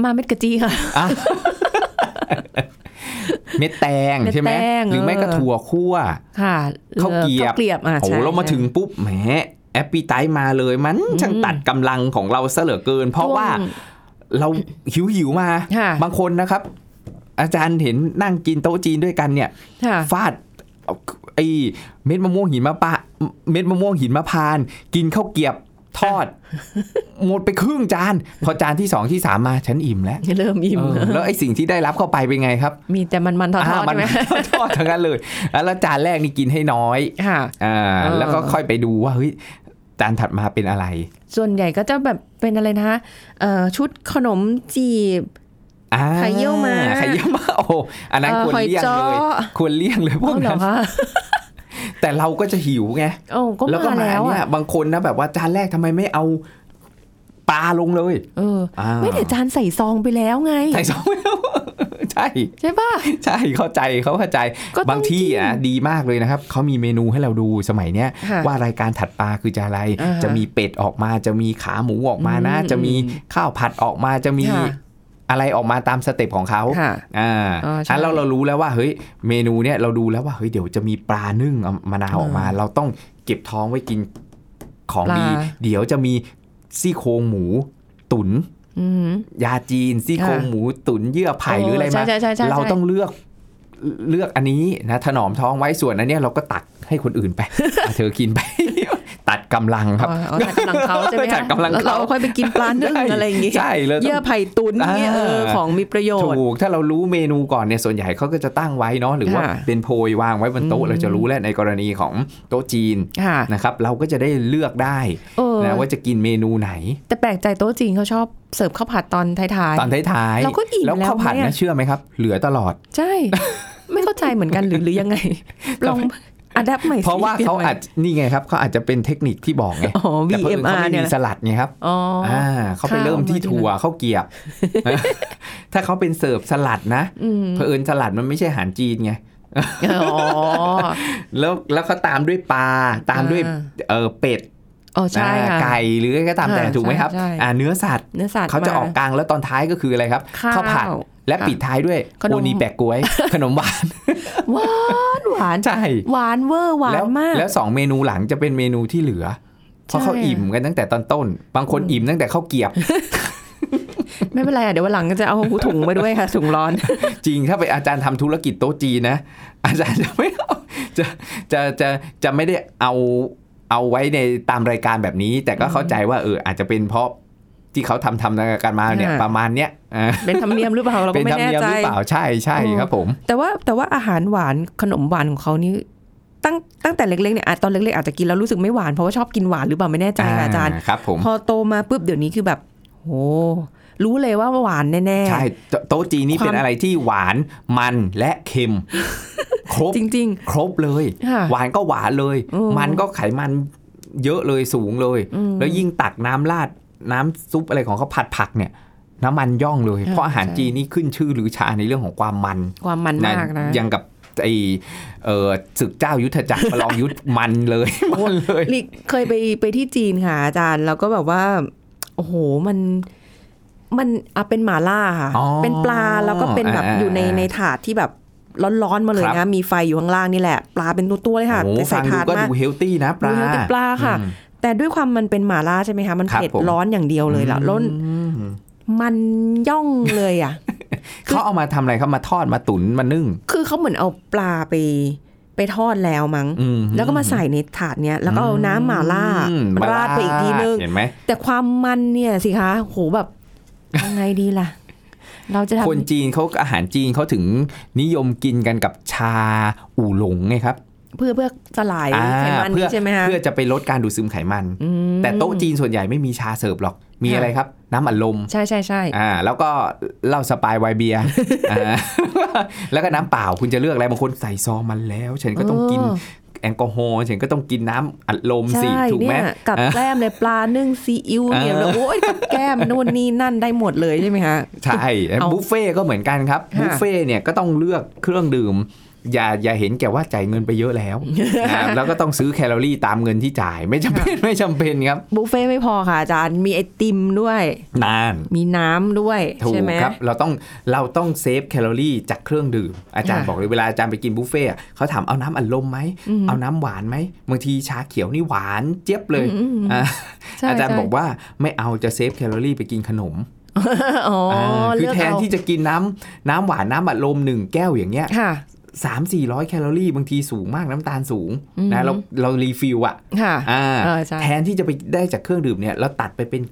[SPEAKER 2] มาเม็ดกะจีค่ะ
[SPEAKER 3] อ่ะ เม็ดแตงใช่ไหม
[SPEAKER 2] เม็ดแตง
[SPEAKER 3] หรือไม่ก็
[SPEAKER 2] เออ
[SPEAKER 3] ถั่วคั่ว
[SPEAKER 2] ค่ะ
[SPEAKER 3] ข้าวเกรียบ
[SPEAKER 2] ข้าวเกลียบอ่ะ
[SPEAKER 3] โอ้โห
[SPEAKER 2] ใช่
[SPEAKER 3] เรามา
[SPEAKER 2] ใช่
[SPEAKER 3] ถึงปุ๊บแหมแอปปี้ไตมาเลยมันช่างตัดกำลังของเราซะเหลือเกิน เพราะว่า เราหิวหิวๆมา
[SPEAKER 2] ค่ะ
[SPEAKER 3] บางคนนะครับ อาจารย์เห็นนั่งกินโต๊ะจีนด้วยกันเนี่ย
[SPEAKER 2] ค่ะ
[SPEAKER 3] ฟาดเอาไอ้เม็ดมะม่วงหินมะปะเม็ดมะม่วงหินมะพานต์กินข้าวเกรียบทอ ด หมดไปครึ่งจาน พอจานที่สองที่สามมาฉันอิ่มแล้ว
[SPEAKER 2] เริ่มอิ่ม
[SPEAKER 3] เออแล้วไอ้สิ่งที่ได้รับเข้าไปเป็นไงครับ
[SPEAKER 2] มีแต่มันมันๆทอดๆ
[SPEAKER 3] มั
[SPEAKER 2] ใช่ไหม
[SPEAKER 3] ทอดทั้งนั้น เลยแล้วจานแรกนี่กินให้น้อย
[SPEAKER 2] ค่ะ
[SPEAKER 3] อ่า
[SPEAKER 2] เออ
[SPEAKER 3] แล้วก็ค่อยไปดูว่าเฮ้ยจานถัดมาเป็นอะไร
[SPEAKER 2] ส่วนใหญ่ก็จะแบบเป็นอะไรนะคะเอ่อชุดขนมจีบ
[SPEAKER 3] อ่า
[SPEAKER 2] ไข่เยี่ยวม้า
[SPEAKER 3] ไข่เยี่ยวมาโอ้ อันนั้น
[SPEAKER 2] เอ่อ
[SPEAKER 3] ค
[SPEAKER 2] ห
[SPEAKER 3] วร
[SPEAKER 2] อย
[SPEAKER 3] เลี่ยง
[SPEAKER 2] จ้อ
[SPEAKER 3] เลยควรเลี่ยงเลยพวก
[SPEAKER 2] เอาเหร
[SPEAKER 3] นั้
[SPEAKER 2] อน คะ
[SPEAKER 3] แต่เราก็จะหิวไง
[SPEAKER 2] โอ้ก็
[SPEAKER 3] แล้วก็
[SPEAKER 2] มา
[SPEAKER 3] มา
[SPEAKER 2] แล้ว
[SPEAKER 3] เนี่
[SPEAKER 2] อ่ะ
[SPEAKER 3] ยบางคนนะแบบว่าจานแรกทำไมไม่เอาปลาลงเลย
[SPEAKER 2] เออ
[SPEAKER 3] อ่า
[SPEAKER 2] ไม่แต่จานใส่ซองไปแล้วไง
[SPEAKER 3] ใส่ ซองไม่เอาใช่
[SPEAKER 2] ใช่ป่ะ
[SPEAKER 3] ใช่เข้าใจเขาเข้าใจ
[SPEAKER 2] ก็ต้อง
[SPEAKER 3] บางที่อ่ะดีมากเลยนะครับเขามีเมนูให้เราดูสมัยเนี้ย
[SPEAKER 2] ค่ะ
[SPEAKER 3] ว่ารายการถัดปลาคือจะอะไร
[SPEAKER 2] อ่าฮะ
[SPEAKER 3] จะมีเป็ดออกมาจะมีขาหมูออกมานะ
[SPEAKER 2] อืม
[SPEAKER 3] จะมีข้าวผัดออกมาจะมี
[SPEAKER 2] ค่ะ
[SPEAKER 3] อะไรออกมาตามสเต็ปของเขา
[SPEAKER 2] ค่ะ
[SPEAKER 3] อ่า
[SPEAKER 2] อ๋อใช่
[SPEAKER 3] อันเราเรารู้แล้วว่าเฮ้ยเมนูเนี้ยเราดูแล้วว่าเฮ้ยเดี๋ยวจะมีปลานึ่งเอามะนาวออกมา เราต้องเก็บท้องไว้กิน ของดี
[SPEAKER 2] ปลา
[SPEAKER 3] เดี๋ยวจะมีซี่โครงหมูตุน๋น
[SPEAKER 2] อืม
[SPEAKER 3] ยาจีน ซี่โครง
[SPEAKER 2] ค่ะ
[SPEAKER 3] หมูตุ๋นเยื่อไผ่
[SPEAKER 2] โอ้
[SPEAKER 3] หรืออะไรมา
[SPEAKER 2] ใช่ใช่ใช่ใช่
[SPEAKER 3] เราต้องเลือกเลือกอันนี้นะถนอมท้องไว้ส่วนอันเนี้ยเราก็ตักให้คน อื่นไป อ่ะเธอกินไป ตัดกำลังครับ
[SPEAKER 2] อ๋อเอาจัดกำลังเขาใช่ไหม
[SPEAKER 3] จัดกำลัง
[SPEAKER 2] แล้ว
[SPEAKER 3] เขา
[SPEAKER 2] เราค่อยไปกินปลานึ่งอะไรอย่างงี้
[SPEAKER 3] ใช่เลยต้
[SPEAKER 2] เยื่
[SPEAKER 3] อ
[SPEAKER 2] อง ไผ่ตุนเนี่ยเออ
[SPEAKER 3] อ่า
[SPEAKER 2] ของมีประโย
[SPEAKER 3] ถู
[SPEAKER 2] ชน์
[SPEAKER 3] กถ้าเรารู้เมนูก่อนเนี่ยส่วนใหญ่เขาก็จะตั้งไว้เนาะหรือว่า
[SPEAKER 2] ค่ะ
[SPEAKER 3] เป็นโพยวางไว้บนโต๊ะเราจะรู้แล้วในกรณีของโต๊ะจีน
[SPEAKER 2] ค่ะ
[SPEAKER 3] นะครับเราก็จะได้เลือกได้
[SPEAKER 2] เออ
[SPEAKER 3] นะว่าจะกินเมนูไหน
[SPEAKER 2] แต่แปลกใจโต๊ะจีนเขาชอบเสิร์ฟข้าวผัดตอนท้าย
[SPEAKER 3] ตอนท้ายๆ
[SPEAKER 2] เราก็อิ่ม
[SPEAKER 3] แล้ว
[SPEAKER 2] แล้ว
[SPEAKER 3] ข้าวผัด
[SPEAKER 2] ไหม
[SPEAKER 3] นะ
[SPEAKER 2] อะ
[SPEAKER 3] เชื่อไหมครับ เหลือตลอด
[SPEAKER 2] ๆ ใช่ ไม่เข้าใจเหมือนกันหรือหรือยังไงลองอัดแอปใหม่สิ
[SPEAKER 3] เพราะว่าเขาอาจนี่ไงครับเขาอาจจะเป็นเทคนิคที่บอกไง
[SPEAKER 2] อ๋อ
[SPEAKER 3] แต่เพิ่งเขา
[SPEAKER 2] VMR
[SPEAKER 3] ไม่
[SPEAKER 2] เนี่ย
[SPEAKER 3] มี
[SPEAKER 2] นะ
[SPEAKER 3] สลัดไงครับ
[SPEAKER 2] อ๋ออ
[SPEAKER 3] ่าเขาไป
[SPEAKER 2] ข้าว
[SPEAKER 3] เริ่มที่
[SPEAKER 2] มาที
[SPEAKER 3] ถั่วข้าวเกรียบ ถ้าเขาเป็นเสิร์ฟสลัดนะ
[SPEAKER 2] อืม
[SPEAKER 3] เผอิญสลัดมันไม่ใช่อาหารจีนไง
[SPEAKER 2] อ๋อ
[SPEAKER 3] แล้วแล้วเขาตามด้วยปลาตามด้วย
[SPEAKER 2] อ่า
[SPEAKER 3] เออเป็ด
[SPEAKER 2] อ๋อใช่
[SPEAKER 3] อ่า
[SPEAKER 2] ค่ะ
[SPEAKER 3] ไก่หรืออะไรก็ตามแต่
[SPEAKER 2] อ่า
[SPEAKER 3] ถูกไหมครับ
[SPEAKER 2] ใช่ใช่
[SPEAKER 3] อ่าเนื้อสัตว์
[SPEAKER 2] เนื้อสัตว์
[SPEAKER 3] เขาจะ
[SPEAKER 2] ม
[SPEAKER 3] ออกกลางแล้วตอนท้ายก็คืออะไรครับ
[SPEAKER 2] ข้าว
[SPEAKER 3] วผัดและ
[SPEAKER 2] ค่ะ
[SPEAKER 3] ปิดท้ายด้วย
[SPEAKER 2] ขนม
[SPEAKER 3] โอนีแปะกล้ วย ขนมหวาน
[SPEAKER 2] หวานหวาน
[SPEAKER 3] ใช่
[SPEAKER 2] หวานเวอร์หวาน
[SPEAKER 3] แล้ว
[SPEAKER 2] มาก
[SPEAKER 3] แล้วสองเมนูหลังจะเป็นเมนูที่เหลือ เพราะ
[SPEAKER 2] ใช่
[SPEAKER 3] เขาอิ่มกันตั้งแต่ตอนต้น บางคนอิ่มตั้งแต่ข้าวเกรียบ
[SPEAKER 2] ไม่เป็นไรอ่ะเดี๋ยววันหลังจะเอาถุงมาด้วย ค่ะถุงร้อน
[SPEAKER 3] จริงถ้าไปนอาจารย์ทำธุรกิจโต๊ะจีนนะ อาจารย์จะไม่เอาจะจะจะจะไม่ได้เอาเอาไว้ในตามรายการแบบนี้ แต่ก็เข้าใจว่าเอออาจจะเป็นเพราะ ที่เขาทำทำๆกันมาเนี่ย
[SPEAKER 2] อ่า
[SPEAKER 3] ประมาณเนี้ยอ่า
[SPEAKER 2] เป็นธรรมเนียมหรือเปล่าเราก็
[SPEAKER 3] เป็น
[SPEAKER 2] ไม่
[SPEAKER 3] ธรรม
[SPEAKER 2] แน่
[SPEAKER 3] เนียม
[SPEAKER 2] ใจ
[SPEAKER 3] หรือเปล่าใช่ใช่
[SPEAKER 2] อืม
[SPEAKER 3] ครับผม
[SPEAKER 2] แต่ว่าแต่ว่าอาหารหวานขนมหวานของเขานี่ตั้งตั้งแต่เล็กๆเนี่ยอ่ะตอนเล็กๆอาจจะกินแล้วรู้สึกไม่หวานเพราะว่าชอบกินหวานหรือเปล่าไม่แน่ใจค่ะอาจารย์
[SPEAKER 3] ครับผม
[SPEAKER 2] พอโตมาปุ๊บเดี๋ยวนี้คือแบบโหรู้เลยว่าหวานแน่
[SPEAKER 3] ใช่โตโต๊ะจีนนี่
[SPEAKER 2] ความ
[SPEAKER 3] เป็นอะไรที่หวานมันและเค็ม ครบ
[SPEAKER 2] ๆ จริง
[SPEAKER 3] ครบเลย
[SPEAKER 2] ค่ะ
[SPEAKER 3] หวานก็หวานเลย
[SPEAKER 2] อืม
[SPEAKER 3] มันก็ไขมันเยอะเลยสูงเลย
[SPEAKER 2] ๆอืม
[SPEAKER 3] แล้วยิ่งตักน้ำราดน้ำซุปอะไรของเขาผัดผักเนี่ย น้ำมันย่องเลย
[SPEAKER 2] อ่า
[SPEAKER 3] เพราะอาหาร
[SPEAKER 2] ใช่
[SPEAKER 3] จีนนี่ขึ้นชื่อหรือชาในเรื่องของความมัน
[SPEAKER 2] ความมันมากนะ
[SPEAKER 3] อยังกับไอเอ่อศึกเจ้ายุทธจักร ประลองยุทธมันเลย มันเลย
[SPEAKER 2] ลิเคยไปไปที่จีนค่ะอาจารย์แล้วก็แบบว่า โอ้โหมันมันอ่ะเป็นหมาล่าค่ะ
[SPEAKER 3] อ๋อ
[SPEAKER 2] เป็นปลาแล้วก็เป็นแบบ
[SPEAKER 3] อ่า
[SPEAKER 2] อยู่ในในถาดที่แบบร้อนๆมาเลย
[SPEAKER 3] ครั
[SPEAKER 2] นะ
[SPEAKER 3] บ
[SPEAKER 2] มีไฟอยู่ข้างล่างนี่แหละ ปลาเป็นตัวๆเลยค่ะ
[SPEAKER 3] โอ้โห
[SPEAKER 2] แต่ใส่
[SPEAKER 3] ฟังดู
[SPEAKER 2] ถาด
[SPEAKER 3] ก็
[SPEAKER 2] มาก
[SPEAKER 3] ดูเฮลตี้นะปลา
[SPEAKER 2] ดู healthy ปลาค่ะ
[SPEAKER 3] อืม
[SPEAKER 2] แต่ด้วยความมันเป็นหมาล่าใช่ไหมคะมัน
[SPEAKER 3] ครับ
[SPEAKER 2] เผ็ด
[SPEAKER 3] ผม
[SPEAKER 2] ร้อนอย่างเดียวเลยล่ะร้น
[SPEAKER 3] อืม
[SPEAKER 2] มันย่องเลย อ่ะ
[SPEAKER 3] เขาเอามาทำอะไรเขามาทอดมาตุ๋นมานึ่ง
[SPEAKER 2] คือเขาเหมือนเอาปลาไปไปทอดแล้วมั้ง
[SPEAKER 3] อื
[SPEAKER 2] แล้วก็มาใส่ในถาดเนี้ยแล้วก็เอาน้ำหมาล่า
[SPEAKER 3] อืม
[SPEAKER 2] ราดไปอีกทีนึง
[SPEAKER 3] เห็นไหม
[SPEAKER 2] แต่ความมันเนี่ยสิคะโหแบบยังไงดีล่ะ เราจะ
[SPEAKER 3] คน
[SPEAKER 2] ทำ
[SPEAKER 3] จีนเขาอาหารจีนเขาถึงนิยมกินกันกับชาอู่หลงไงครับ
[SPEAKER 2] เพื่อเพื่อสลาย
[SPEAKER 3] อ่า
[SPEAKER 2] ไขมัน
[SPEAKER 3] เพื่
[SPEAKER 2] นี้
[SPEAKER 3] อ
[SPEAKER 2] ใช่ไหมคะ
[SPEAKER 3] เพื่อจะไปลดการดูดซึมไขมัน
[SPEAKER 2] ม
[SPEAKER 3] แต่โต๊ะจีนส่วนใหญ่ไม่มีชาเสิร์ฟหรอก มี
[SPEAKER 2] ค่ะ
[SPEAKER 3] อะไรครับ น้ำอัดลม
[SPEAKER 2] ใช่ใช่ใช่
[SPEAKER 3] อ่าแล้วก็เหล้าสปายไวน์เบี ยร์ อ่าแล้วก็น้ำเปล่าคุณจะเลือกอะไรบางคนใส่ซองมันแล้ว ฉันก็ต้องกินแอลกอฮอล์ฉันก็ต้องกินน้ำอัดลมสิ
[SPEAKER 2] ใช่
[SPEAKER 3] ถูกไหม
[SPEAKER 2] เนี่ยกับ
[SPEAKER 3] อ่า
[SPEAKER 2] แกล้มเลยปลานึ่งซีอิ๊วเนี่ย
[SPEAKER 3] อ่า
[SPEAKER 2] แล้วโอ้ยกับแก้มนู่นนี่นั่นได้หมดเลยใช่ไหมคะ
[SPEAKER 3] ใช่
[SPEAKER 2] เอา
[SPEAKER 3] บุฟเฟ่ก็เหมือนกันครับ
[SPEAKER 2] ค่ะ
[SPEAKER 3] บุฟเฟ่เนี่ยก็ต้องเลือกเครื่องดื่ม อย่าอย่าเห็นแก่ว่าจ่ายเงินไปเยอะแล้ว นะแล้วก็ต้องซื้อแคลอรี่ตามเงินที่จ่ายไม่จำเป็นไม่จำเป็นครับ
[SPEAKER 2] บุฟเฟ่ไม่พอค่ะอาจารย์มีไอติมด้วย
[SPEAKER 3] นาน
[SPEAKER 2] มีน้ำด้วย
[SPEAKER 3] ถูก
[SPEAKER 2] ใช่ไหม
[SPEAKER 3] ครับเราต้องเราต้องเซฟแคลอรี่จากเครื่องดื่ม อาจารย์
[SPEAKER 2] ค่ะ
[SPEAKER 3] บอกเลยเวลาอาจารย์ไปกินบุฟเฟ่ต์อะเขาถามเอาน้ำอัดลมไหม
[SPEAKER 2] อืม
[SPEAKER 3] เอาน้ำหวานไหมบางทีชาเขียวนี่หวานเจี๊ยบเลย
[SPEAKER 2] อืม
[SPEAKER 3] อ่ะ
[SPEAKER 2] ใช่
[SPEAKER 3] อาจารย์
[SPEAKER 2] ใช่
[SPEAKER 3] บอกว่าไม่เอาจะเซฟแคลอรี่ไปกินขนม
[SPEAKER 2] อ๋ออา
[SPEAKER 3] คือ
[SPEAKER 2] เลือก
[SPEAKER 3] แทน
[SPEAKER 2] เอา
[SPEAKER 3] ที่จะกินน้ำน้ำหวานน้ำอัดลมหนึ่งแก้วอย่างเงี้ย
[SPEAKER 2] ค่ะ
[SPEAKER 3] สามสี่ร้อยแคลอรี่บางทีสูงมากน้ำตาลสูง
[SPEAKER 2] อืม
[SPEAKER 3] นะเราเรารีฟิลอะ
[SPEAKER 2] ค่ะ
[SPEAKER 3] อ่า
[SPEAKER 2] เออใช่
[SPEAKER 3] แทนที่จะไปได้จากเครื่องดื่มเนี่ยเราตัดไปเป็น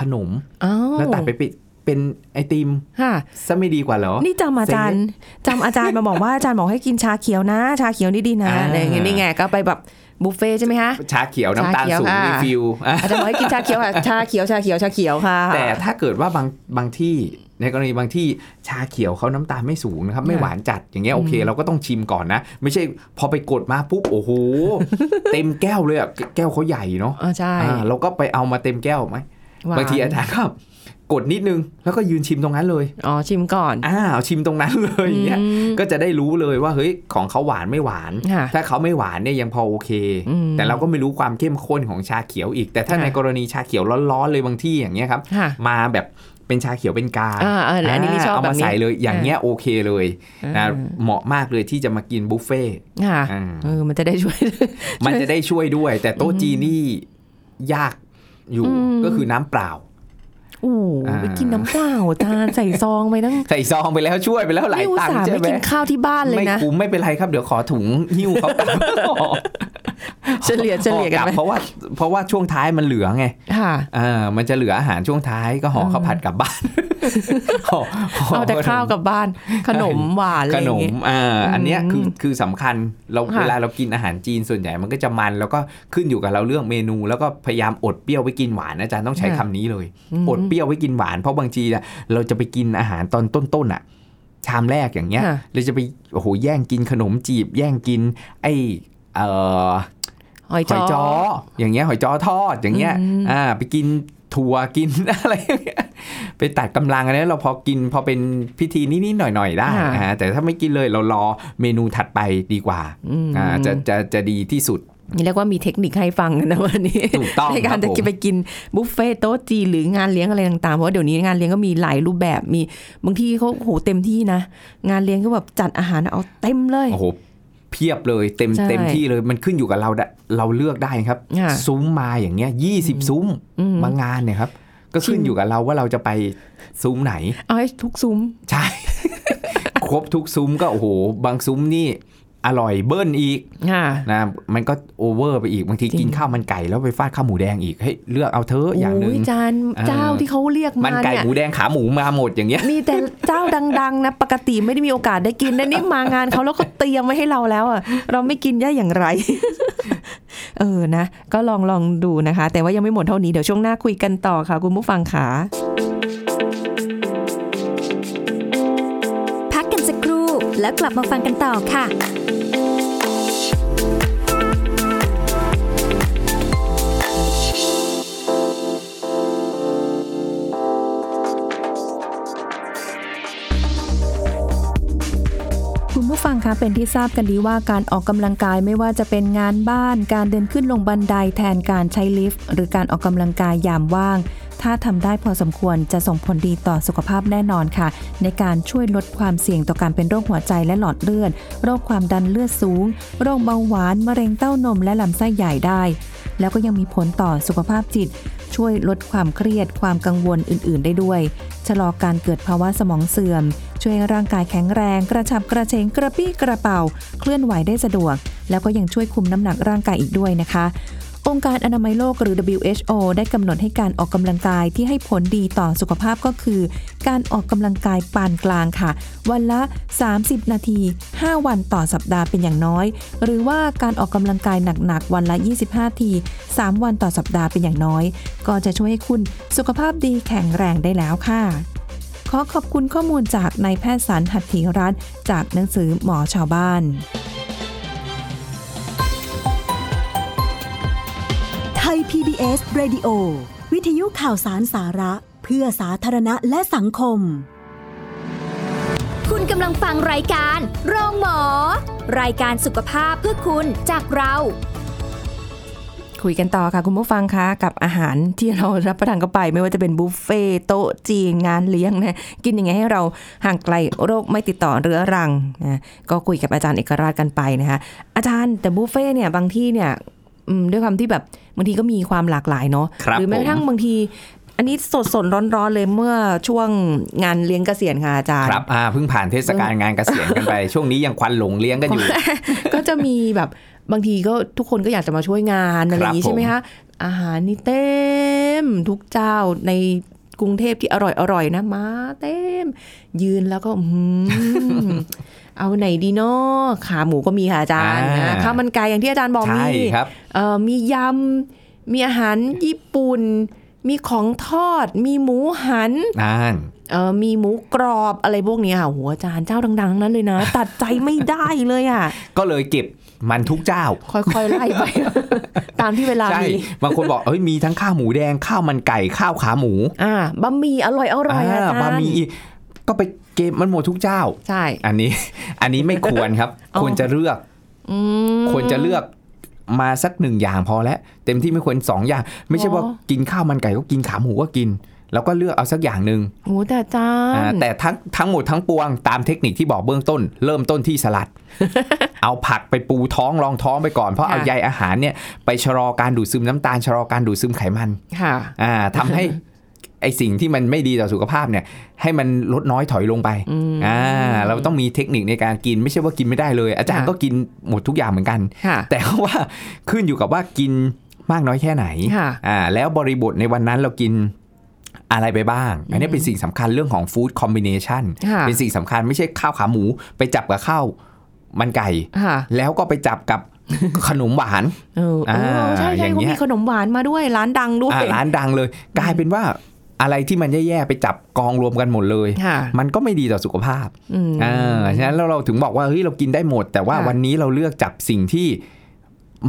[SPEAKER 3] ขนม
[SPEAKER 2] อ้าว
[SPEAKER 3] แล้วตัดไปเป็นเป็นไอติม
[SPEAKER 2] ค่ะ
[SPEAKER 3] ซะไม่ดีกว่าเหรอ
[SPEAKER 2] นี่จำอาจารย์จำอาจารย์มา บอกว่าอาจารย์บอกให้กินชาเขียวนะ ชาเขียวนี่ดีนะ
[SPEAKER 3] อ่า
[SPEAKER 2] อะไรอย่างงี้นี่ไงก็ไปแบบบุฟเฟ่ต์ใช่ไหมคะ
[SPEAKER 3] ชาเขียวน้ำตาล
[SPEAKER 2] ชาเขียว
[SPEAKER 3] สูง
[SPEAKER 2] ค่ะ
[SPEAKER 3] รีฟิลอ่ะ
[SPEAKER 2] อาจารย์บอกให้กินชาเขียวค่ะชาเขียวชาเขียวชาเขียวค่ะ
[SPEAKER 3] แต่ถ้าเกิดว่าบางบางที่ในกรณีบางที่ชาเขียวเขาน้ำตาลไม่สูงนะครับ ไม่
[SPEAKER 2] ค่ะ
[SPEAKER 3] หวานจัดอย่างเงี้ยโอเค เราก็ต้องชิมก่อนนะ ไม่ใช่พอไปกดมาปุ๊บโอ้โห เต็มแก้วเลยอ่ะแก้วเขาใหญ่เนาะ
[SPEAKER 2] าใช่
[SPEAKER 3] อ่าเราก็ไปเอามาเต็มแก้วไหม
[SPEAKER 2] หว
[SPEAKER 3] บางทีอาจารย์ก็กดนิดนึงแล้วก็ยืนชิมตรงนั้นเลย
[SPEAKER 2] อ๋อชิมก่อน
[SPEAKER 3] อ้าวชิมตรงนั้นเลยอย่างเงี้ย
[SPEAKER 2] อืม
[SPEAKER 3] ก็จะได้รู้เลยว่าเฮ้ยของเขาหวานไม่หวาน
[SPEAKER 2] ค่ะ
[SPEAKER 3] ถ้าเขาไม่หวานเนี่ยยังพอโอเค
[SPEAKER 2] อืม
[SPEAKER 3] แต่เราก็ไม่รู้ความเข้มข้นของชาเขียวอีก แต่ถ้า
[SPEAKER 2] ค่ะ
[SPEAKER 3] ในกรณีชาเขียวร้อนๆเลยบางที่อย่างเงี้ยครับ
[SPEAKER 2] ค่ะ
[SPEAKER 3] มาแบบเป็นชาเขียวเป็นกา
[SPEAKER 2] อ่าเอออันนี้นี่ชอบ
[SPEAKER 3] เอา
[SPEAKER 2] แบบ
[SPEAKER 3] มา
[SPEAKER 2] นี้
[SPEAKER 3] ใส่เลยอย่างเงี้ยโอเคเลย
[SPEAKER 2] อ่า
[SPEAKER 3] นะเหมาะมากเลยที่จะมากินบุฟเฟ่ ต์
[SPEAKER 2] ค่ะ
[SPEAKER 3] อ่า
[SPEAKER 2] เออมันจะได้ช่วย
[SPEAKER 3] มันจะได้ช่วยด้วย แต่โต๊ะจีนนี่ยากอยู่
[SPEAKER 2] อืม
[SPEAKER 3] ก็คือน้ำเปล่า
[SPEAKER 2] โอ้โห
[SPEAKER 3] อ่า
[SPEAKER 2] ไปกินน้ำเปล่าอาจารย์ใส่ซองไปตั้ง
[SPEAKER 3] ใส่ซองไปแล้วช่วยไปแล้วหลาย
[SPEAKER 2] นี่อุต
[SPEAKER 3] ตัง
[SPEAKER 2] ส่า
[SPEAKER 3] ค์
[SPEAKER 2] ห์
[SPEAKER 3] ใช่
[SPEAKER 2] ไม่
[SPEAKER 3] ไหม
[SPEAKER 2] กินข้าวที่บ้านเลย
[SPEAKER 3] ไม่
[SPEAKER 2] นะ
[SPEAKER 3] คุ้มไม่เป็นไรครับเดี๋ยวขอถุงหิ้วเขา กลับ
[SPEAKER 2] เฉลี่ยเฉลี่ยกัน
[SPEAKER 3] ห่อกลับ
[SPEAKER 2] ไหม
[SPEAKER 3] เพราะว่าเพราะว่าช่วงท้ายมันเหลือไง
[SPEAKER 2] ค่ะ
[SPEAKER 3] เออมันจะเหลืออาหารช่วงท้ายก็ห่อข้าวผัดกลับ บ้านห่อห่
[SPEAKER 2] เอาแต่ข้าวกลับบ้าน ขนมหวานอะ
[SPEAKER 3] ข
[SPEAKER 2] ไรอน ย่าง
[SPEAKER 3] ม
[SPEAKER 2] งี้
[SPEAKER 3] อ่าอันเนี้ยคือ
[SPEAKER 2] อืม
[SPEAKER 3] คือสำคัญเรา
[SPEAKER 2] ค่ะ
[SPEAKER 3] เวลาเรากินอาหารจีนส่วนใหญ่มันก็จะมัน แล้วก็ขึ้นอยู่กับเราเลือกเมนู แล้วก็พยายามอดเปรี้ยวไว้กินหวานอาจารย์ต้องใช้คำนี้เลย อดเปรี้ยวไว้กินหวานเพราะบางทีน่ะเราจะไปกินอาหารตอนต้นๆอ่ะ ชามแรกอย่างเงี้ย
[SPEAKER 2] ค่ะ
[SPEAKER 3] เราจะไปโอ้โหแย่งกินขนมจีบ แย่งกิน ไอเอ่อ
[SPEAKER 2] หอย
[SPEAKER 3] หอย
[SPEAKER 2] จ้
[SPEAKER 3] จ้
[SPEAKER 2] อ
[SPEAKER 3] ออย่างเงี้ยหอยจ้อทอดอย่างเงี้ย
[SPEAKER 2] อืม
[SPEAKER 3] อ่าไปกินถั่วกิน อะไรอย่างเงี้ยไปตัดกำลังอันนี้เราพอกินพอเป็นพิธีนิดๆหน่อยๆได้นะฮะแต่ถ้าไม่กินเลยเรารอเมนูถัดไปดีกว่า
[SPEAKER 2] อืม
[SPEAKER 3] อ่าจะจะจะดีที่ สุด
[SPEAKER 2] นี่เรียกว่ามีเทคนิคให้ฟังกันนะวันนี้
[SPEAKER 3] ถูกต้อง
[SPEAKER 2] ในการจะ
[SPEAKER 3] ครับผม
[SPEAKER 2] กินไปกินบุฟเฟ่ต์โต๊ะจีนหรืองานเลี้ยงอะไรต่างๆเพราะว่าเดี๋ยวนี้งานเลี้ยงก็มีหลายรูปแบบมีบางที่เขาโอ้โหเต็มที่นะ งานเลี้ยงก็แบบจัดอาหารเอาเต็มเลย
[SPEAKER 3] โอ้โหเพียบเลยเต็ม
[SPEAKER 2] ใช่
[SPEAKER 3] เต็มที่เลยมันขึ้นอยู่กับเราได้เราเลือกได้ครับ
[SPEAKER 2] ค่ะ
[SPEAKER 3] ซุ้มมาอย่างเงี้ยยี่สิบซุ้ม
[SPEAKER 2] อืม
[SPEAKER 3] บางงานเนี่ยครับ ก็ขึ้น
[SPEAKER 2] ชิม
[SPEAKER 3] อยู่กับเราว่าเราจะไปซุ้ มไหน
[SPEAKER 2] เอาให้ทุกซุ้ม
[SPEAKER 3] ใช่ ครบทุกซุ้มก็โอ้โห บางซุ้มนี่ อร่อยเบิ้ลอีก
[SPEAKER 2] ค่ะ
[SPEAKER 3] นะมันก็โอเวอร์ไปอีกบางที
[SPEAKER 2] จริง
[SPEAKER 3] กินข้าวมันไก่แล้วไปฟาดข้าวหมูแดงอีกเฮ้ยเลือกเอาเธอะอย่างหนึ่ง
[SPEAKER 2] โจาน
[SPEAKER 3] เออ
[SPEAKER 2] เจ้าที่เขาเรียก
[SPEAKER 3] มั
[SPEAKER 2] มาน
[SPEAKER 3] ไก่
[SPEAKER 2] เนี่ย
[SPEAKER 3] หมูแดงขาหมูมาหมดอย่างเงี้ย
[SPEAKER 2] มีแต่เจ้าดังๆนะปกติไม่ได้มีโอกาสได้กินนะนี่มางานเขาแล้วก็เตรียมไว้ให้เราแล้วอ่ะเราไม่กินได้อย่างไร เออนะ ก็ลองลองดูนะคะ แต่ว่ายังไม่หมดเท่านี้เดี๋ยวช่วงหน้าคุยกันต่อค่ะ คุณผู้ฟังค่ะ
[SPEAKER 1] พักกันสักครู่แล้วกลับมาฟังกันต่อค่ะ
[SPEAKER 2] คุณผู้ฟังคะเป็นที่ทราบกันดีว่าการออกกำลังกายไม่ว่าจะเป็นงานบ้าน การเดินขึ้นลงบันไดแทนการใช้ลิฟต์ หรือการออกกำลังกายยามว่าง ถ้าทำได้พอสมควรจะส่งผลดีต่อสุขภาพแน่นอนค่ะ ในการช่วยลดความเสี่ยงต่อการเป็นโรคหัวใจและหลอดเลือด โรคความดันเลือดสูง โรคเบาหวานมะเร็งเต้านมและลำไส้ใหญ่ได้ แล้วก็ยังมีผลต่อสุขภาพจิต ช่วยลดความเครียด ความกังวลอื่น ๆ ได้ด้วย ชะลอการเกิดภาวะสมองเสื่อม ช่วยให้ร่างกายแข็งแรง กระฉับกระเฉงกระปี้กระเป๋า เคลื่อนไหวได้สะดวก แล้วก็ยังช่วยคุมน้ำหนักร่างกายอีกด้วยนะคะ องค์การอนามัยโลกหรือ WHO ได้กำหนดให้การออกกำลังกายที่ให้ผลดีต่อสุขภาพก็คือ การออกกำลังกายปานกลางค่ะ วันละ 30 นาที 5 วันต่อสัปดาห์เป็นอย่างน้อย หรือว่าการออกกำลังกายหนักๆ วันละ 25 ที 3 วันต่อสัปดาห์เป็นอย่างน้อย ก็จะช่วยให้คุณสุขภาพดีแข็งแรงได้แล้วค่ะ ขอขอบคุณข้อมูลจากนายแพทย์สรรหัตถีรัตน์จากหนังสือหมอชาวบ้าน
[SPEAKER 4] ไทย PBS Radio วิทยุข่าวสารสาระ เพื่อสาธารณะและสังคม
[SPEAKER 1] คุณกำลังฟังรายการโรงหมอ รายการสุขภาพเพื่อคุณจากเรา
[SPEAKER 2] คุยกันต่อค่ะคุณผู้ฟังคะกับอาหารที่เรารับประทานเข้าไป ไม่ว่าจะเป็นบุฟเฟ่ต์โต๊ะจีนงานเลี้ยงนะกินยังไงให้เราห่างไกลโรคไม่ติดต่อเรื้อรังนะก็คุยกับอาจารย์เอกราชกันไปนะคะอาจารย์แต่บุฟเฟ่ต์เนี่ยบางที่เนี่ยอืมด้วยความที่แบบบางทีก็มีความหลากหลายเนาะ
[SPEAKER 3] ครับ
[SPEAKER 2] หรือแม้กระทั่ง
[SPEAKER 3] ผม
[SPEAKER 2] บางที อันนี้สดสดร้อนร้อนๆเลยเมื่อช่วงงานเลี้ยงเกษียณค่ะอาจาร
[SPEAKER 3] ค
[SPEAKER 2] ย์
[SPEAKER 3] รับอ่าเพิ่งผ่านเทศกาลงานเกษียณกันไป ช่วงนี้ยังควันหลงเลี้ยงกันอยู่
[SPEAKER 2] ก็จะมีแบบบางทีก็ทุกคนก็อยากจะมาช่วยงานอะไรอย่างนี้
[SPEAKER 3] ครับผ
[SPEAKER 2] ใช่
[SPEAKER 3] ม
[SPEAKER 2] ไหมคะอาหารนี่เต็ม ทุกเจ้าในกรุงเทพที่อร่อยอร่อยๆนะมาเต็ม ยืนแล้วก็อื้อหือ เอาไหนดีเนาะขาหมูก็มีค่ะอาจารย์นะข้าวมันไก่อย่างที่อาจารย์บอก
[SPEAKER 3] ใช่
[SPEAKER 2] มี
[SPEAKER 3] ครับ
[SPEAKER 2] เอ่อมียำมีอาหารญี่ปุ่น มีของทอด มีหมูหัน
[SPEAKER 3] นั่น
[SPEAKER 2] เออมีหมูกรอบอะไรพวกเนี้ยค่ะโอ้โหัวอาจารย์เจ้าดังๆทั้งนั้นเลยนะ ตัดใจไม่ได้เลยอ่ะ
[SPEAKER 3] ก็เลยเก็บมันทุกเจ้า
[SPEAKER 2] ค่อยๆ ไล่ไป ตามที่เวลา
[SPEAKER 3] ใช่
[SPEAKER 2] มี
[SPEAKER 3] บางคนบอกเอ้ยมีทั้งข้าวหมูแดงข้าวมันไก่ข้าวขาหมู
[SPEAKER 2] อ่าบะหมี่อร่อยอร่อยอาจารย์
[SPEAKER 3] บะหมี่ก็ไปเกมมันหมดทุกเจ้า
[SPEAKER 2] ใช่
[SPEAKER 3] อันนี้ อันนี้ไม่ควรครับ
[SPEAKER 2] อ๋อ
[SPEAKER 3] ควรจะเลือก
[SPEAKER 2] อืม
[SPEAKER 3] ควรจะเลือกมาสักหนึ่งอย่างพอแล้วเต็มที่ไม่ควรสองอย่าง ไม่ใช่ว่า
[SPEAKER 2] อ๋อ
[SPEAKER 3] กินข้าวมันไก่ก็กินขาหมูก็กิน แล้วก็เลือกเอาสักอย่างหนึ่ง
[SPEAKER 2] โอ้โหแต่อาจาร
[SPEAKER 3] อ่า
[SPEAKER 2] ย์
[SPEAKER 3] แต่ทั้งทั้งหมดทั้งปวงตามเทคนิคที่บอกเบื้องต้น เริ่มต้นที่ส ลัด เอาผักไปปูท้องรองท้องไปก่อนเพราะเอาใยอาหารเนี่ยไปชะลอการดูดซึมน้ำตาลชะลอการดูดซึมไขมัน
[SPEAKER 2] ค่ะ
[SPEAKER 3] อ่า ทำให้ ไอสิ่งที่มันไม่ดีต่อสุขภาพเนี่ย ให้มันลดน้อยถอยลงไปอ่าเราต้องมีเทคนิคในการกินไม่ใช่ว่ากินไม่ได้เลย อาจารย์
[SPEAKER 2] ค่ะ
[SPEAKER 3] ก็กินหมดทุกอย่างเหมือนกัน
[SPEAKER 2] ค่ะ
[SPEAKER 3] แต่ว่า ขึ้นอยู่กับว่ากินมากน้อยแค่ไหน
[SPEAKER 2] ค่ะ
[SPEAKER 3] อ่าแล้วบริบทในวันนั้นเรากินอะไรไปบ้าง อันนี้เป็นสิ่งสำคัญเรื่องของฟู้ดคอมบิเนชัน
[SPEAKER 2] ค่ะ
[SPEAKER 3] เป็นสิ่งสำคัญไม่ใช่ข้าวขาหมูไปจับกับข้าวมันไก่
[SPEAKER 2] ค่ะ
[SPEAKER 3] แล้วก็ไปจับ กับ ขนมหวาน
[SPEAKER 2] เออเออใช่
[SPEAKER 3] อ่าอ
[SPEAKER 2] ใช่
[SPEAKER 3] ย่าง
[SPEAKER 2] เขา
[SPEAKER 3] เงี้ย
[SPEAKER 2] มีขนมหวานมาด้วยร้านดังด้วย
[SPEAKER 3] อ่ะร้านดังเลย กลายเป็นว่าอะไรที่มันแย่ๆไปจับกองรวมกันหมดเลย
[SPEAKER 2] ค่ะ
[SPEAKER 3] มันก็ไม่ดีต่อสุขภาพ
[SPEAKER 2] อืม
[SPEAKER 3] อ่าฉะนั้นเราเราถึงบอกว่าเฮ้ยเรากินได้หมด แต่ว่า
[SPEAKER 2] ค่ะ
[SPEAKER 3] วันนี้เราเลือกจับสิ่งที่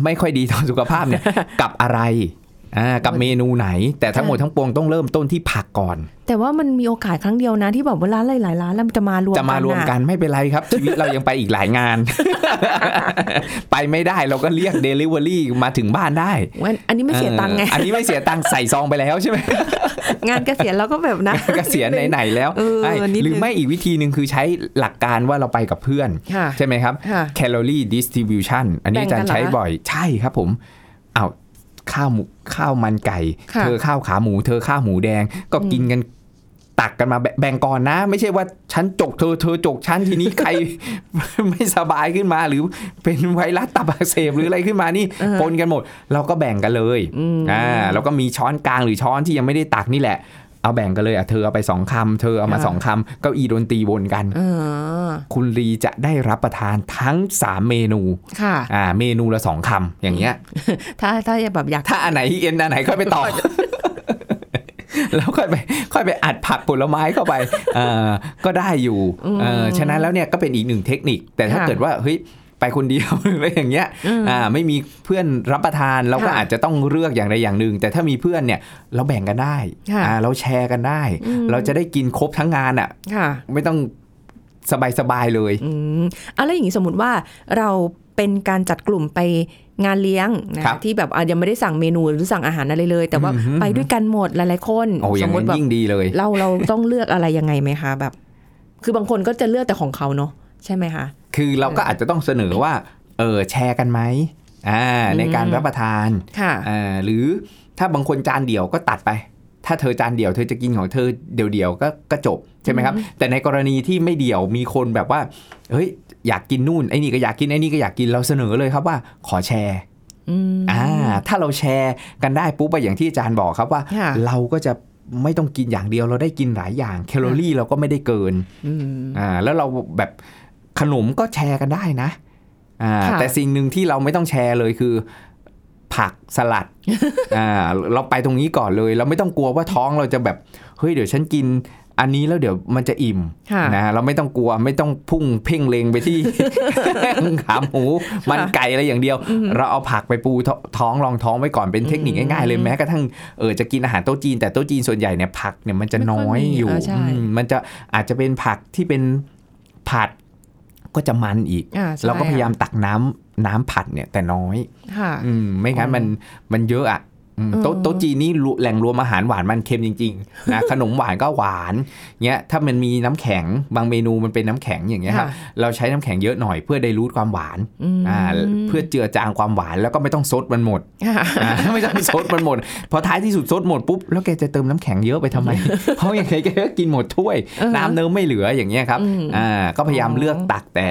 [SPEAKER 3] ไม่ค่อยดีต่อสุขภาพ เนี่ย กับอะไรอ่ากับเมนูไหน แต่ทั้งหมดทั้งปวงต้องเริ่มต้นที่ผักก่อน
[SPEAKER 2] แต่ว่ามันมีโอกาสครั้งเดียวนะ ที่แบบว่าร้านหลายๆร้านแล้วมันจะมารวม
[SPEAKER 3] จะมารวมกั
[SPEAKER 2] อะ
[SPEAKER 3] นไม่เป็นไรครับ ชีวิตเรายังไปอีกหลายงาน ไปไม่ได้เราก็เรียก Delivery มาถึงบ้านได้
[SPEAKER 2] งั้นอันนี้ไม่เสียตังค์ไง
[SPEAKER 3] เอออันนี้ไม่เสียตังค์ใส่ซองไปแล้วใช่ไห ม
[SPEAKER 2] งานเกษียณเราก็แบบนะ
[SPEAKER 3] เกษียณไหนๆแล้ว
[SPEAKER 2] เออ
[SPEAKER 3] ใช่
[SPEAKER 2] นิดนึง
[SPEAKER 3] หรือไม่อีกวิธีหนึ่งคือใช้หลักการว่าเราไปกับเพื่อน
[SPEAKER 2] ค่ะ
[SPEAKER 3] ใช่ไหมครับ
[SPEAKER 2] ค่ะ
[SPEAKER 3] calorie distribution อันนี้
[SPEAKER 2] แบ่
[SPEAKER 3] อาง
[SPEAKER 2] กั
[SPEAKER 3] จาน รย์ใช้
[SPEAKER 2] เหรอคะ
[SPEAKER 3] บ่อย ใช่ครับผมเอาวข้าวหมูข้าวมันไก่
[SPEAKER 2] ค่ะ
[SPEAKER 3] เธอข้าวขาหมู เธอข้าวหมูแดง ก็
[SPEAKER 2] อืม
[SPEAKER 3] กินกัน ตักกันมาแบแบ่งก่อนนะ ไม่ใช่ว่าฉันจกเธอเธอจกฉันที นี้ใคร ไม่สบายขึ้นมาหรือเป็นไวรัสตับอักเสบหรืออะไรขึ้นมานี่ปนกันหมด เราก็แบ่งกันเลยอ่าแล้วก็มีช้อนกลางหรือช้อนที่ยังไม่ได้ตักนี่แหละ เอาแบ่งกันเลยอ่ะเธอเอาไปสองคำเธอเอามา
[SPEAKER 2] ค่ะ
[SPEAKER 3] สองคำเก้าอี้ดนตรีวนกัน
[SPEAKER 2] เออ
[SPEAKER 3] คุณลีจะได้รับประทานทั้งสามเมนู
[SPEAKER 2] ค่ะ
[SPEAKER 3] อ่าเมนูละสองคำอย่างเงี้ย
[SPEAKER 2] ถ้าถ้าแบบอยาก
[SPEAKER 3] ถ้าอันไหนเอ็นอันไหนค่อยไปต่อ แล้วค่อยไปค่อยไปอัดผักผลไม้เข้าไปเออก็ได้อยู่เออฉะนั้นแล้วเนี่ยก็เป็นอีกหนึ่งเทคนิค แต่ถ้า
[SPEAKER 2] ค่ะ
[SPEAKER 3] เกิดว่าเฮ้ยไปคนเดียว หรืออะไรอย่างเงี้ยอ่าไม่มีเพื่อนรับประทานเราก็
[SPEAKER 2] ค่ะ
[SPEAKER 3] อาจจะต้องเลือกอย่างใดอย่างหนึ่ง แต่ถ้ามีเพื่อนเนี่ยเราแบ่งกันได้
[SPEAKER 2] ค่ะ
[SPEAKER 3] อ่าเราแชร์กันได้ เราจะได้กินครบทั้งงานอ่ะ
[SPEAKER 2] ค่ะ
[SPEAKER 3] ไม่ต้องสบายๆเลย
[SPEAKER 2] อืมเอาแล้วอย่างนี้สมมติว่าเราเป็นการจัดกลุ่มไปงานเลี้ยงนะครับ ที่แบบอ่ะยังไม่ได้สั่งเมนูหรือสั่งอาหารอะไรเลย แต่ว่า
[SPEAKER 3] อือหือ
[SPEAKER 2] ไปด้วยกันหมดหลายๆคน
[SPEAKER 3] โอ้อ
[SPEAKER 2] ส
[SPEAKER 3] ย่าม ง
[SPEAKER 2] มติ
[SPEAKER 3] นั้น
[SPEAKER 2] แบบ
[SPEAKER 3] ยิ่งดีเลย
[SPEAKER 2] เราเราต้องเลือกอะไรยังไงไหมคะแบบ คือบางคนก็จะเลือกแต่ของเขาเนาะใช่ไหมคะ
[SPEAKER 3] คือเราก็อาจจะต้องเสนอว่าเออแชร์กันไหมอ่าในการ
[SPEAKER 2] อืม
[SPEAKER 3] รับประทาน
[SPEAKER 2] ค่ะ
[SPEAKER 3] อ่าหรือถ้าบางคนจานเดี่ยวก็ตัดไป ถ้าเธอจานเดี่ยวเธอจะกินของเธอเดี่ยวๆก็ก็จบใช่ไหมครับ แต่ในกรณีที่ไม่เดี่ยวมีคนแบบว่าเฮ้ยอยากกินนู่นไอ้นี่ก็อยากกินไอ้นี่ก็อยากกินเราเสนอเลยครับว่าขอแชร์
[SPEAKER 2] อืม
[SPEAKER 3] อ่าถ้าเราแชร์กันได้ปุ๊บไปอย่างที่อาจารย์บอกครับว่า
[SPEAKER 2] ค่ะ
[SPEAKER 3] เราก็จะไม่ต้องกินอย่างเดียวเราได้กินหลายอย่างแคลอรี่เราก็ไม่ได้เกิน
[SPEAKER 2] อืม
[SPEAKER 3] อ่าแล้วเราแบบขนมก็แชร์กันได้นะอ่า
[SPEAKER 2] ค่ะ
[SPEAKER 3] แต่สิ่งหนึ่งที่เราไม่ต้องแชร์เลยคือ ผักส ลัด อ่าเราไปตรงนี้ก่อนเลย เราไม่ต้องกลัวว่าท้องเราจะแบบเฮ้ยเดี๋ยวฉันกินอันนี้แล้วเดี๋ยวมันจะอิ่ม
[SPEAKER 2] ค่ะ
[SPEAKER 3] นะเราไม่ต้องกลัวไม่ต้องพุ่งเพ่งเลงไปที่ ขาหมูมันไก่อะไรอย่างเดียว เราเอาผักไปปูท้อท้องรองท้องไว้ก่อนเป็นเทคนิคง่ายๆเลยแม้กระทั่งเออจะกินอาหารโต๊ะจีนแต่โต๊ะจีนส่วนใหญ่เนี่ยผักเนี่ยมันจะน้อยอยู่
[SPEAKER 2] ไม่ค่อยมีอ่าใช่
[SPEAKER 3] อืมมันจะอาจจะเป็นผักที่เป็นผัดก็จะมันอีก
[SPEAKER 2] อ่ใช่
[SPEAKER 3] เราก็พยายามตักน้ำน้ำผัดเนี่ยแต่น้อย
[SPEAKER 2] ค่ะ
[SPEAKER 3] อืมไม่งั้นมันมันเยอะอ่ะอืม
[SPEAKER 2] เออ
[SPEAKER 3] โต๊ะโต๊ะจีนนี่รู้แหล่งรวมอาหารหวานมันเค็มจริงๆนะ ขนมหวานก็หวานเงี้ยถ้ามันมีน้ำแข็งบางเมนูมันเป็นน้ำแข็งอย่างเงี้ยครับเราใช้น้ำแข็งเยอะหน่อยเพื่อได้รู้ความหวาน
[SPEAKER 2] ม
[SPEAKER 3] อ่าเพื่อเจือจางความหวานแล้วก็ไม่ต้องซดมันหมด
[SPEAKER 2] ค่ะ
[SPEAKER 3] อ่า ไม่ต้องซดมันหมดพอท้ายที่สุดซดหมดปุ๊บแล้วแกจะเติมน้ำแข็งเยอะไป ทำไม เพราะอย่างไรแกก็กินหมดถ้วย
[SPEAKER 2] เออ
[SPEAKER 3] น้ำเนิ้มไม่เหลืออย่างเงี้ยครับ
[SPEAKER 2] อืม
[SPEAKER 3] อ่าก็พยายาม
[SPEAKER 2] อ๋อ
[SPEAKER 3] เลือกตักแต่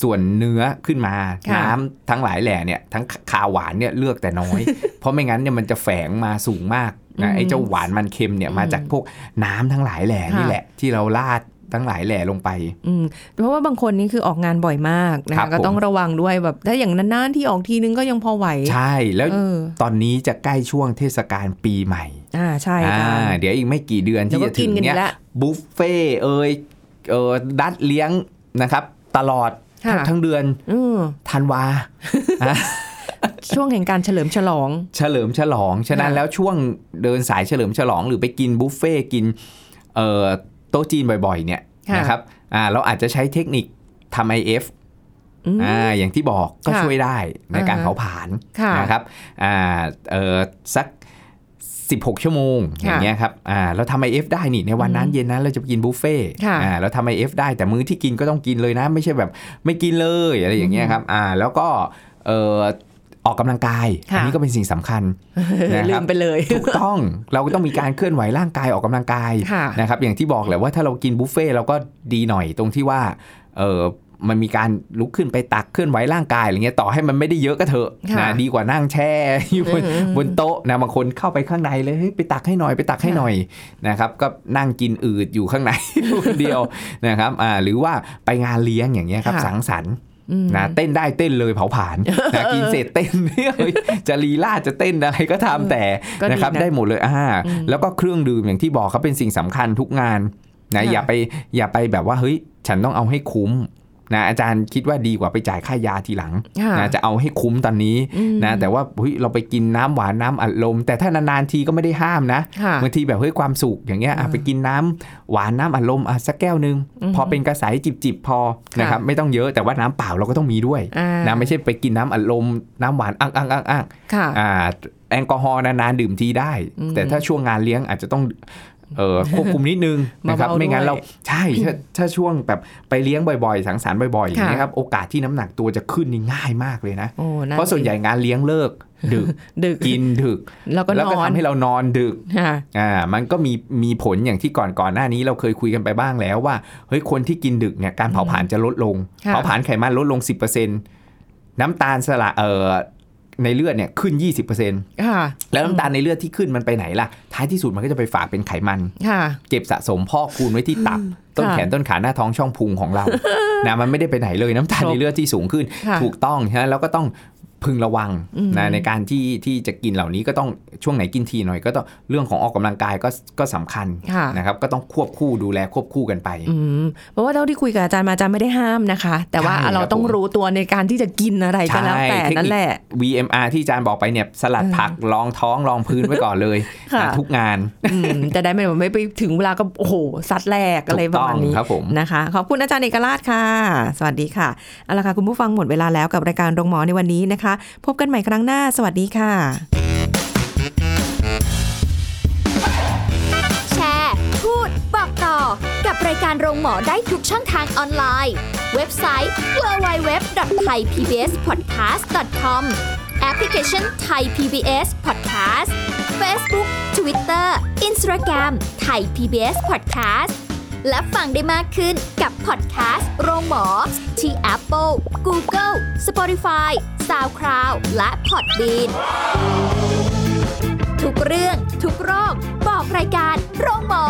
[SPEAKER 3] ส่วนเนื้อขึ้นมา
[SPEAKER 2] ค่ะ
[SPEAKER 3] น้ำทั้งหลายแหล่เนี่ยทั้งคาวหวานเนี่ยเลือกแต่น้อย เพราะไม่งั้นเนี่ยมันจะแฝงมาสูงมากนะไอ้เจ้าหวานมันเค็มเนี่ยมาจากพวกน้ำทั้งหลายแหล่นี่แหละ ที่เราราดทั้งหลายแหล่ลงไป
[SPEAKER 2] อืมเพราะว่าบางคนนี่คือออกงานบ่อยมากนะครับ คะก็
[SPEAKER 3] ผม
[SPEAKER 2] ต้องระวังด้วยแบบ ถ้าอย่างนานๆที่ออกทีนึงก็ยังพอไหว
[SPEAKER 3] ใช่แล้ว
[SPEAKER 2] เออ
[SPEAKER 3] ตอนนี้จะใกล้ช่วงเทศกาลปีใหม่
[SPEAKER 2] อ่าใช่
[SPEAKER 3] อ่า
[SPEAKER 2] ค่ะ
[SPEAKER 3] เดี๋ยวอีกไม่กี่เดือนที่จะถึง
[SPEAKER 2] เดี๋ยวก็กินกันอี
[SPEAKER 3] เนี่ย
[SPEAKER 2] กละ
[SPEAKER 3] บุฟเฟ่เอยเออดัดเลี้ยงนะครับ ตลอด
[SPEAKER 2] ค่ะ
[SPEAKER 3] ทั้งเดือน
[SPEAKER 2] อืม
[SPEAKER 3] ธันวา
[SPEAKER 2] ช่วงแห่งการเฉลิมฉลอง
[SPEAKER 3] เฉลิมฉลอง ฉะนั้น
[SPEAKER 2] ค่ะ
[SPEAKER 3] แล้วช่วงเดินสายเฉลิมฉลอง หรือไปกินบุฟเฟ่ต์กินเอ่อโต๊ะจีนบ่อยๆเนี่ย
[SPEAKER 2] ค่ะ
[SPEAKER 3] นะครับอ่าเราอาจจะใช้เทคนิคทำ IF
[SPEAKER 2] อืม
[SPEAKER 3] อ่าอย่างที่บอกก็
[SPEAKER 2] ค่ะ
[SPEAKER 3] ช่วยได้ในการ
[SPEAKER 2] อ่าฮะ
[SPEAKER 3] เผาผลาญ
[SPEAKER 2] ค่ะ
[SPEAKER 3] นะครับอ่าเอ่อสัก 16 ชั่วโมงอย่างเงี้ยครับอ่าเราทำ IF ได้นี่ในวันนั้นเย็นนั้นเราจะไปกินบุฟเฟ่ต์
[SPEAKER 2] ค่ะ
[SPEAKER 3] อ่าเราทำ IF ได้แต่มื้อที่กินก็ต้องกินเลยนะ ไม่ใช่แบบไม่กินเลยอะไรอย่างเงี้ยครับอ่าแล้วก็เอ่อออกกำลังกาย
[SPEAKER 2] ค่ะ
[SPEAKER 3] อันี้ก็เป็นสิ่งสำคัญ นะ
[SPEAKER 2] ลื
[SPEAKER 3] ครับ
[SPEAKER 2] มไปเลย
[SPEAKER 3] ถูกต้องเราก็ต้องมีการเคลื่อนไหวร่างกายออกกำลังกาย
[SPEAKER 2] ค่ะ
[SPEAKER 3] นะครับอย่างที่บอกแหละว่าถ้าเรากินบุฟเฟ่ต์เราก็ดีหน่อยตรงที่ว่าเออมันมีการลุกขึ้นไปตักเคลื่อนไหวร่างกายอะไรเงี้ยต่อให้มันไม่ได้เยอะก็เถอะ
[SPEAKER 2] ค่ะ
[SPEAKER 3] นะดีกว่านั่งแช่ อยู่บน
[SPEAKER 2] อืม
[SPEAKER 3] บนโต๊ะนะบางคนเข้าไปข้างในเลยเฮ้ยไปตักให้หน่อยไปตักให้
[SPEAKER 2] ค่ะ
[SPEAKER 3] หน่อยนะครับก็นั่งกินอืดอยู่ข้างใน คนเดี ยวนะครับอ่าหรือว่าไปงานเลี้ยงอย่างเงี้ยครับสังสรรค์
[SPEAKER 2] อืม
[SPEAKER 3] นะเต้นได้เต้นเลยเผาผลาญ นะกินเสร็จเต้น จะลีลาดจะเต้นอะไรก็ทำแต่
[SPEAKER 2] ก็ดี
[SPEAKER 3] นะครับ
[SPEAKER 2] นะ
[SPEAKER 3] ได้หมดเลยอ่า
[SPEAKER 2] อืม
[SPEAKER 3] แล้วก็เครื่องดื่มอย่างที่บอกครับเป็นสิ่งสำคัญทุกงานนะ
[SPEAKER 2] ค่ะ
[SPEAKER 3] อย่าไปอย่าไปแบบว่าเฮ้ยฉันต้องเอาให้คุ้มนะอาจารย์คิดว่าดีกว่าไปจ่ายค่ายาทีหลัง
[SPEAKER 2] ค่ะ
[SPEAKER 3] นะจะเอาให้คุ้มตอนนี้
[SPEAKER 2] อืม
[SPEAKER 3] นะแต่ว่าเฮ้ยเราไปกินน้ำหวานน้ำอัดลม แต่ถ้านานๆทีก็ไม่ได้ห้ามนะ
[SPEAKER 2] ค่ะ
[SPEAKER 3] บางทีแบบเฮ้ยความสุขอย่างเงี้ยอ่ะไปกินน้ำหวานน้ำอัดลมอ่ะสักแก้วหนึง
[SPEAKER 2] อือฮึ
[SPEAKER 3] พอเป็นกระสายจิบจิบๆพอ
[SPEAKER 2] ค่ะ
[SPEAKER 3] นะครับไม่ต้องเยอะแต่ว่าน้ำเปล่าเราก็ต้องมีด้วย
[SPEAKER 2] อ่าน
[SPEAKER 3] นะไม่ใช่ไปกินน้ำอัดลม น้ำหวานอ้างอ้างอ้างอ้าง
[SPEAKER 2] ค่ะ
[SPEAKER 3] อ่าแอลกอฮอล์นานๆดื่มทีได้
[SPEAKER 2] อืม
[SPEAKER 3] แต่ถ้าช่วงงานเลี้ยงอาจจะต้องเออควบคุมนิดนึง นะครับ
[SPEAKER 2] เบาๆ
[SPEAKER 3] ไม่งั้น
[SPEAKER 2] ด้วย
[SPEAKER 3] เราใช่ ถ้าถ้าช่วงแบบไปเลี้ยงบ่อยๆ สังสรรค์บ่อยๆอย่างเงี้ย
[SPEAKER 2] ค่ะ
[SPEAKER 3] ครับโอกาสที่น้ำหนักตัวจะขึ้นนี่ง่ายมากเลยนะ
[SPEAKER 2] โอ้
[SPEAKER 3] เพราะส่วนใหญ่งานเลี้ยงเลิก ดึก
[SPEAKER 2] ดึก
[SPEAKER 3] กินดึก
[SPEAKER 2] แล้วก็
[SPEAKER 3] แล้ว
[SPEAKER 2] น
[SPEAKER 3] ก็
[SPEAKER 2] อน
[SPEAKER 3] ทำให้เรานอนดึก
[SPEAKER 2] ค่ะ
[SPEAKER 3] อ่ามันก็มีมีผลอย่างที่ก่อนก่อนหน้านี้เราเคยคุยกันไปบ้างแล้วว่าเฮ้ยคนที่กินดึกเนี่ยการเผาผลาญจะลดลง
[SPEAKER 2] ค่ะ
[SPEAKER 3] เผาผลาญไขมันลดลง 10%น้ำตาลสละเอ่อในเลือดเนี่ยขึ้น 20%
[SPEAKER 2] ค่ะ
[SPEAKER 3] แล้วน้ำตาลในเลือดที่ขึ้นมันไปไหนล่ะ ท้ายที่สุดมันก็จะไปฝากเป็นไขมัน
[SPEAKER 2] ค่ะ
[SPEAKER 3] เก็บสะสมพอกคูณไว้ที่ตับ ต้นแขนต้นขาหน้าท้องช่องพุงของเรา นะมันไม่ได้ไปไหนเลยน้ำตาล
[SPEAKER 2] ครบ
[SPEAKER 3] ในเลือดที่สูงขึ้น
[SPEAKER 2] ค่ะ
[SPEAKER 3] ถูกต้องใช่ไหมแล้วก็ต้องพึงระวัง
[SPEAKER 2] อืม
[SPEAKER 3] นะในการที่ที่จะกินเหล่านี้ก็ต้องช่วงไหนกินทีหน่อยก็ต้องเรื่องของออกกำลังกายก็ก็สำคัญ
[SPEAKER 2] ค่ะ
[SPEAKER 3] นะครับก็ต้องควบคู่ดูแลควบคู่กันไป
[SPEAKER 2] อืมเพราะว่าเท่าที่คุยกับอาจารย์มาอาจารย์ไม่ได้ห้ามนะคะ แต่ว่า
[SPEAKER 3] ใช่
[SPEAKER 2] เรา
[SPEAKER 3] ครับ
[SPEAKER 2] ต้อง
[SPEAKER 3] ผม
[SPEAKER 2] รู้ตัวในการที่จะกินอะไรก็แล้วแต่
[SPEAKER 3] ใช่
[SPEAKER 2] นั่นแหละ
[SPEAKER 3] เทคนิค VMR ที่อาจารย์บอกไปเนี่ยสลัดผักรองท้องรองพื้นไว้ก่อนเลย
[SPEAKER 2] ค่ะ
[SPEAKER 3] นะทุกงาน
[SPEAKER 2] อืมจะได้ไม่ไม่ไปถึงเวลาก็โอ้โหซัดแรกอะไร
[SPEAKER 3] ถูก
[SPEAKER 2] ประ
[SPEAKER 3] ต้อง
[SPEAKER 2] มาณนี้
[SPEAKER 3] ครับผม
[SPEAKER 2] นะคะขอบคุณอาจารย์เอกราชค่ะ สวัสดีค่ะเอาละค่ะ คุณผู้ฟังหมดเวลาแล้วกับรายการโรงหมอในวันนี้นะคะ พบกันใหม่ครั้งหน้า สวัสดีค่ะ
[SPEAKER 1] แชร์ พูด บอกต่อ กับรายการโรงหมอได้ทุกช่องทางออนไลน์ เว็บไซต์ www.thaipbspodcast.com แอปพลิเคชัน Thai PBS Podcast Facebook Twitter Instagram Thai PBS Podcast และฟังได้มากขึ้นกับพอดแคสต์โรงหมอ ที่ Apple, Google, Spotify, SoundCloud และ Podbean ทุกเรื่องทุกโรค บอกรายการโรงหมอ